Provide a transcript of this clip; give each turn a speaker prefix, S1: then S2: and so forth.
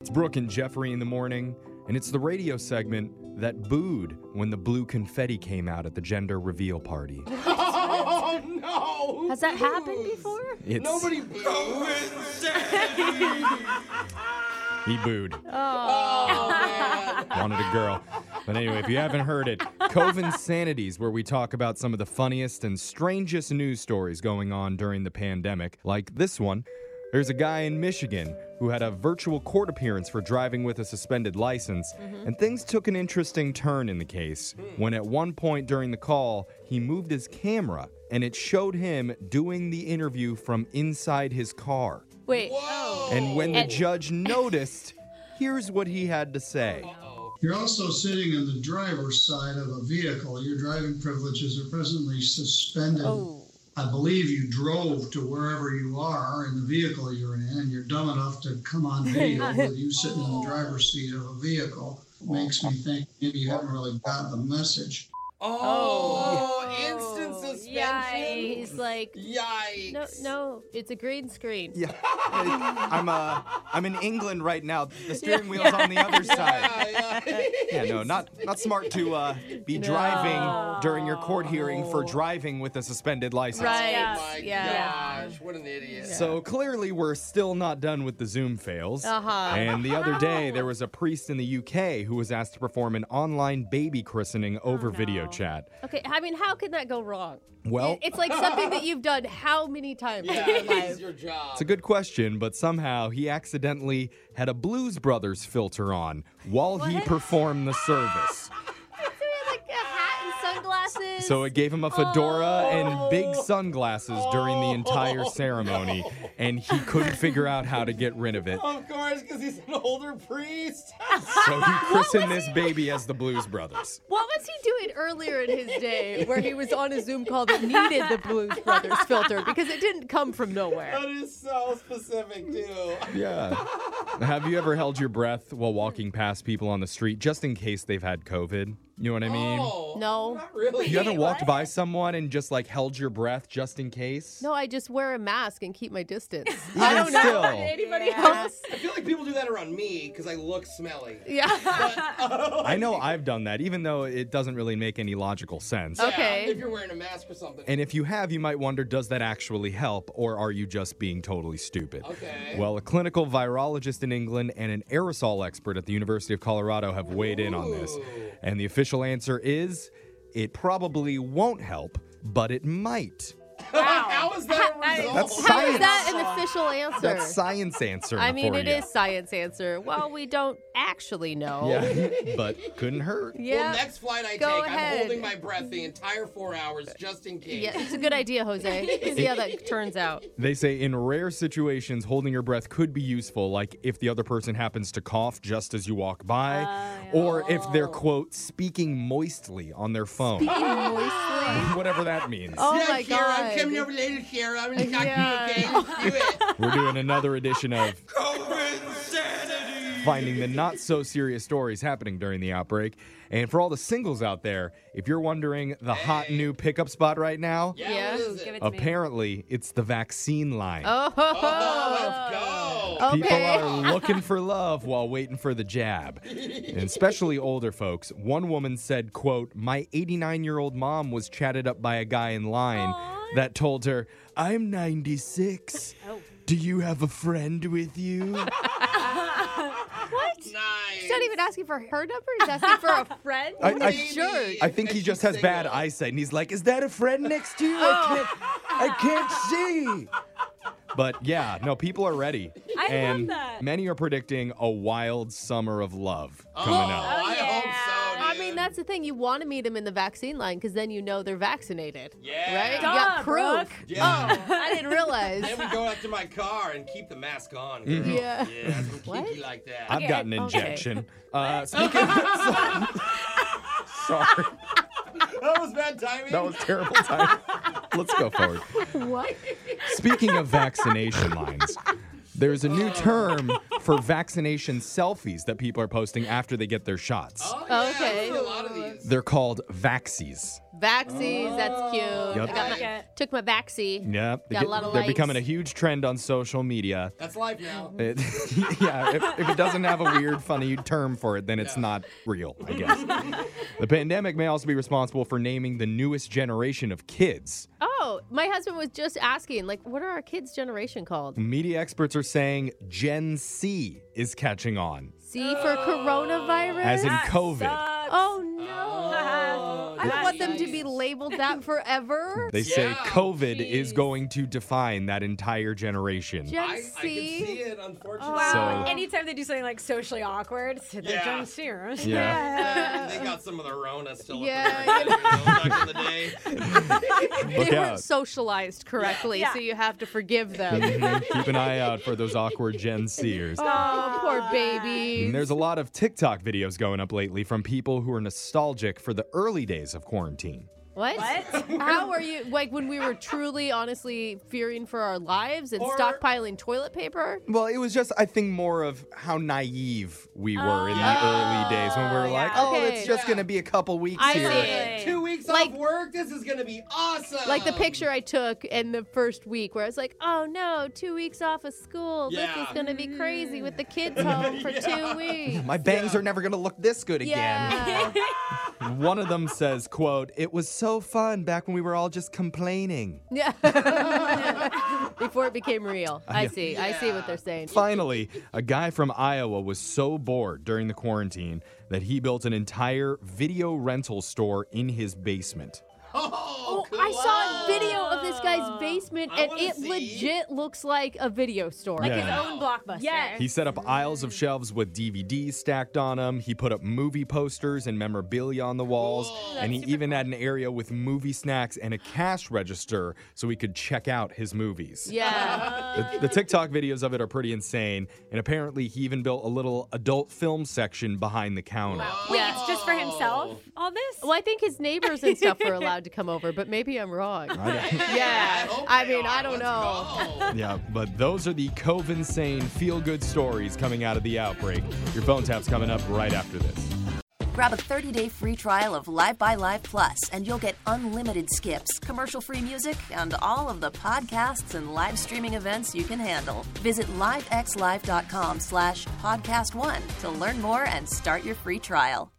S1: It's Brooke and Jeffrey in the morning, and it's the radio segment that booed when the blue confetti came out at the gender reveal party.
S2: Oh no!
S3: Has that happened before?
S1: It's,
S2: Nobody
S1: He booed.
S2: Oh, man.
S1: wanted a girl. But anyway, if you haven't heard it, Cove Insanities, where we talk about some of the funniest and strangest news stories going on during the pandemic, like this one. There's a guy in Michigan who had a virtual court appearance for driving with a suspended license, and things took an interesting turn in the case when, at one point during the call, he moved his camera and it showed him doing the interview from inside his car.
S3: Wait.
S1: And when the
S3: And-
S1: judge noticed, here's what he had to say.
S4: You're also sitting in the driver's side of a vehicle. Your driving privileges are presently suspended.
S3: Oh.
S4: I believe you drove to wherever you are in the vehicle you're in, and you're dumb enough to come on video with you sitting in the driver's seat of a vehicle. Makes me think maybe you haven't really got the message.
S2: Oh, instant suspension.
S3: Yikes. Oh, Like,
S2: Yikes.
S3: no, no, it's a green screen.
S1: Yeah, I'm uh, I'm in England right now. The steering wheel's on the other side.
S2: Yeah, yeah.
S1: Yeah, no, not not smart to uh, be driving during your court hearing for driving with a suspended license.
S3: Right.
S2: Oh my
S3: Yeah.
S2: gosh, what an idiot.
S1: So clearly, we're still not done with the Zoom fails.
S3: Uh-huh.
S1: And the other day, there was a priest in the UK who was asked to perform an online baby christening
S3: Oh,
S1: over video chat.
S3: Okay, I mean, how can that go wrong?
S1: Well-
S3: It- it's like something that you've done how many times
S2: yeah,
S3: in your
S2: this
S3: life?
S2: is your job.
S1: It's a good question, but somehow he accidentally had a Blues Brothers filter on while he
S3: What?
S1: performed the service.
S3: like a hat and sunglasses.
S1: So it gave him a fedora and big
S3: Oh.
S1: sunglasses during the entire
S2: Oh,
S1: ceremony, and he couldn't figure out how to get rid of it.
S2: Of course, because he's an older priest.
S1: So he christened this baby as the Blues Brothers.
S3: What was he doing earlier in his day where he was on a Zoom call that needed the Blues Brothers filter because it didn't come from nowhere?
S2: that is so specific, too.
S1: Yeah. Have you ever held your breath while walking past people on the street just in case they've had COVID? You know what I mean?
S2: Oh,
S3: No.
S2: Not really.
S1: You haven't
S3: Wait,
S1: walked
S3: what?
S1: by someone and just like held your breath just in case?
S3: No, I just wear a mask and keep my distance.
S1: Even still.
S3: anybody else?
S2: I feel like people do that around me because I look smelly.
S3: Yeah.
S1: I know I've done that, even though it doesn't really make any logical sense.
S3: Okay.
S2: Yeah, if you're wearing a mask or something.
S1: And if you have, you might wonder does that actually help, or are you just being totally stupid?
S2: Okay.
S1: Well, a clinical virologist in England and an aerosol expert at the University of Colorado have weighed in on this.
S2: Ooh.
S1: And the official answer is it probably won't help, but it might.
S2: How is that a result?
S1: That's
S3: How is
S1: science.
S3: that an official answer?
S1: That's science answer.
S3: I mean,
S1: for
S3: it
S1: ya.
S3: is science answer. Well, we don't actually know.
S1: Yeah, but couldn't hurt.
S3: Yeah.
S2: Well, next flight I
S3: Go
S2: take,
S3: ahead.
S2: I'm holding my breath the entire four hours just in case.
S3: Yeah, it's a good idea, Jose. We'll See how that turns out.
S1: They say in rare situations, holding your breath could be useful, like if the other person happens to cough just as you walk by, or if they're, quote, speaking moistly on their phone,
S3: Moistly.
S1: whatever that means.
S3: Oh
S2: Yeah,
S3: my
S2: Shara, I'm
S3: god.
S2: coming over later, Shara. I'm gonna talk
S3: Yeah.
S2: to you, okay? Do it.
S1: We're doing another edition of finding the not so serious stories happening during the outbreak. And for all the singles out there, if you're wondering the hot new pickup spot right now,
S2: Yeah,
S3: Yeah.
S2: what is it?
S5: Give it to me.
S1: apparently it's the vaccine line.
S3: Oh,
S2: Oh, let's go.
S3: okay.
S1: People are looking for love while waiting for the jab. And especially older folks. One woman said, quote, My 89-year-old mom was chatted up by a guy in line that told her, I'm 96.
S5: Oh.
S1: Do you have a friend with you?
S2: Nice.
S3: He's not even asking for her number. He's asking for a friend.
S1: I- I-
S3: jerk.
S1: I think he
S2: And
S1: just
S2: she's
S1: has bad
S2: single.
S1: eyesight, and he's like, "Is that a friend next to you?
S5: Oh.
S1: I can't, I can't see." But yeah, no, people are ready,
S5: I love
S1: and
S5: that.
S1: many are predicting a wild summer of love
S2: Oh,
S1: coming up.
S2: I hope so.
S3: I
S2: Dude.
S3: mean, that's the thing. You want to meet him in the vaccine line because then you know they're vaccinated.
S2: Yeah.
S3: Right? You
S5: Duh,
S3: got proof.
S5: Brooke.
S2: Yeah.
S3: I didn't realize.
S2: Then we go out to my car and keep the mask on. girl.
S1: Mm-hmm.
S3: Yeah.
S2: Yeah, I'm
S3: What?
S2: kinky like that.
S1: I've got an
S3: okay.
S1: injection. Uh, speaking of, sorry,
S2: that was bad timing.
S1: that was terrible time. Let's go forward.
S3: what?
S1: Speaking of vaccination lines, There's a new term for vaccination selfies that people are posting after they get their shots.
S2: Oh, yeah, I've
S3: Okay.
S2: seen a lot of these.
S1: They're called vaxies.
S3: Vaxies,
S2: Oh,
S3: that's cute.
S1: Yep.
S3: I got my-
S5: Okay.
S3: took my Vaxie.
S1: Yep.
S3: Got a lot of
S1: They're
S3: likes.
S1: becoming a huge trend on social media.
S2: That's live now.
S1: It- yeah, if, if it doesn't have a weird, funny term for it, then it's
S2: Yeah.
S1: not real, I guess. the pandemic may also be responsible for naming the newest generation of kids.
S3: Oh, my husband was just asking, like, what are our kids' generation called?
S1: Media experts are saying Gen C is catching on,
S3: C for
S2: Oh.
S3: coronavirus?
S1: as in
S5: That
S1: COVID.
S5: sucks.
S3: oh, no.
S5: Oh,
S3: I don't
S5: that
S3: want them to be
S5: sucks.
S3: labeled that forever.
S1: They say
S2: Yeah,
S1: COVID is
S5: jeez.
S1: going to define that entire generation.
S2: I,
S3: Gen
S2: I can see
S3: C.
S2: it, unfortunately.
S5: Wow.
S1: So-
S5: Anytime they do something like socially awkward, so they're
S2: Yeah.
S5: John Sears.
S1: Yeah.
S2: And they got some of the Rona still
S3: Yeah,
S2: up in there, you know, back in the day.
S1: Look
S3: they
S1: out.
S3: weren't socialized correctly,
S5: Yeah.
S3: so you have to forgive them.
S1: Mhm. Keep an eye out for those awkward Gen Cers.
S3: oh, poor baby.
S1: And there's a lot of TikTok videos going up lately from people who are nostalgic for the early days of quarantine.
S3: What?
S5: What?
S3: How are you? Like when we were truly, honestly fearing for our lives and
S2: Or-
S3: stockpiling toilet paper?
S1: Well, it was just, I think, more of how naive we were in the
S5: Oh,
S1: early days when we were
S5: yeah.
S1: like, oh,
S3: Okay.
S1: it's just
S2: Yeah.
S1: going to be a couple weeks
S3: I
S1: here.
S3: see.
S2: Two weeks
S3: Like-
S2: off work. This is gonna be awesome.
S3: Like the picture I took in the first week where I was like, oh no, two weeks off of school.
S2: Yeah.
S3: This is going to be crazy with the kids home for
S2: Yeah.
S3: two weeks.
S1: My bangs are never going to look this good again.
S3: Yeah.
S1: One of them says, quote, it was so fun back when we were all just complaining.
S3: yeah. Before it became real. I see. I see what they're saying.
S1: Finally, a guy from Iowa was so bored during the quarantine that he built an entire video rental store in his basement.
S2: Oh,
S3: Oh, I saw a video of this guy's basement,
S2: I
S3: and
S2: wanna
S3: it
S2: see.
S3: legit looks like a video store.
S1: Like
S5: His
S1: Yeah.
S5: own blockbuster.
S1: He
S5: Yes.
S1: set up aisles of shelves with DVDs stacked on them. He put up movie posters and memorabilia on the walls. and he even had an area with movie snacks and a cash register so he could check out his movies.
S3: Yeah.
S1: The, the TikTok videos of it are pretty insane. And apparently, he even built a little adult film section behind the counter.
S5: Wait, it's just for himself. All this.
S3: Well, I think his neighbors and stuff were allowed to come over, but maybe I'm wrong.
S1: I-
S3: Yeah.
S2: hope
S3: I
S2: they
S3: mean,
S2: are.
S3: I don't
S2: Let's
S3: know.
S2: go.
S1: yeah, but those are the COVID insane feel good stories coming out of the outbreak. Your phone tap's coming up right after this.
S6: Grab a 30-day free trial of Live by Live Plus, and you'll get unlimited skips, commercial-free music, and all of the podcasts and live streaming events you can handle. Visit livexlive.com slash podcast one to learn more and start your free trial.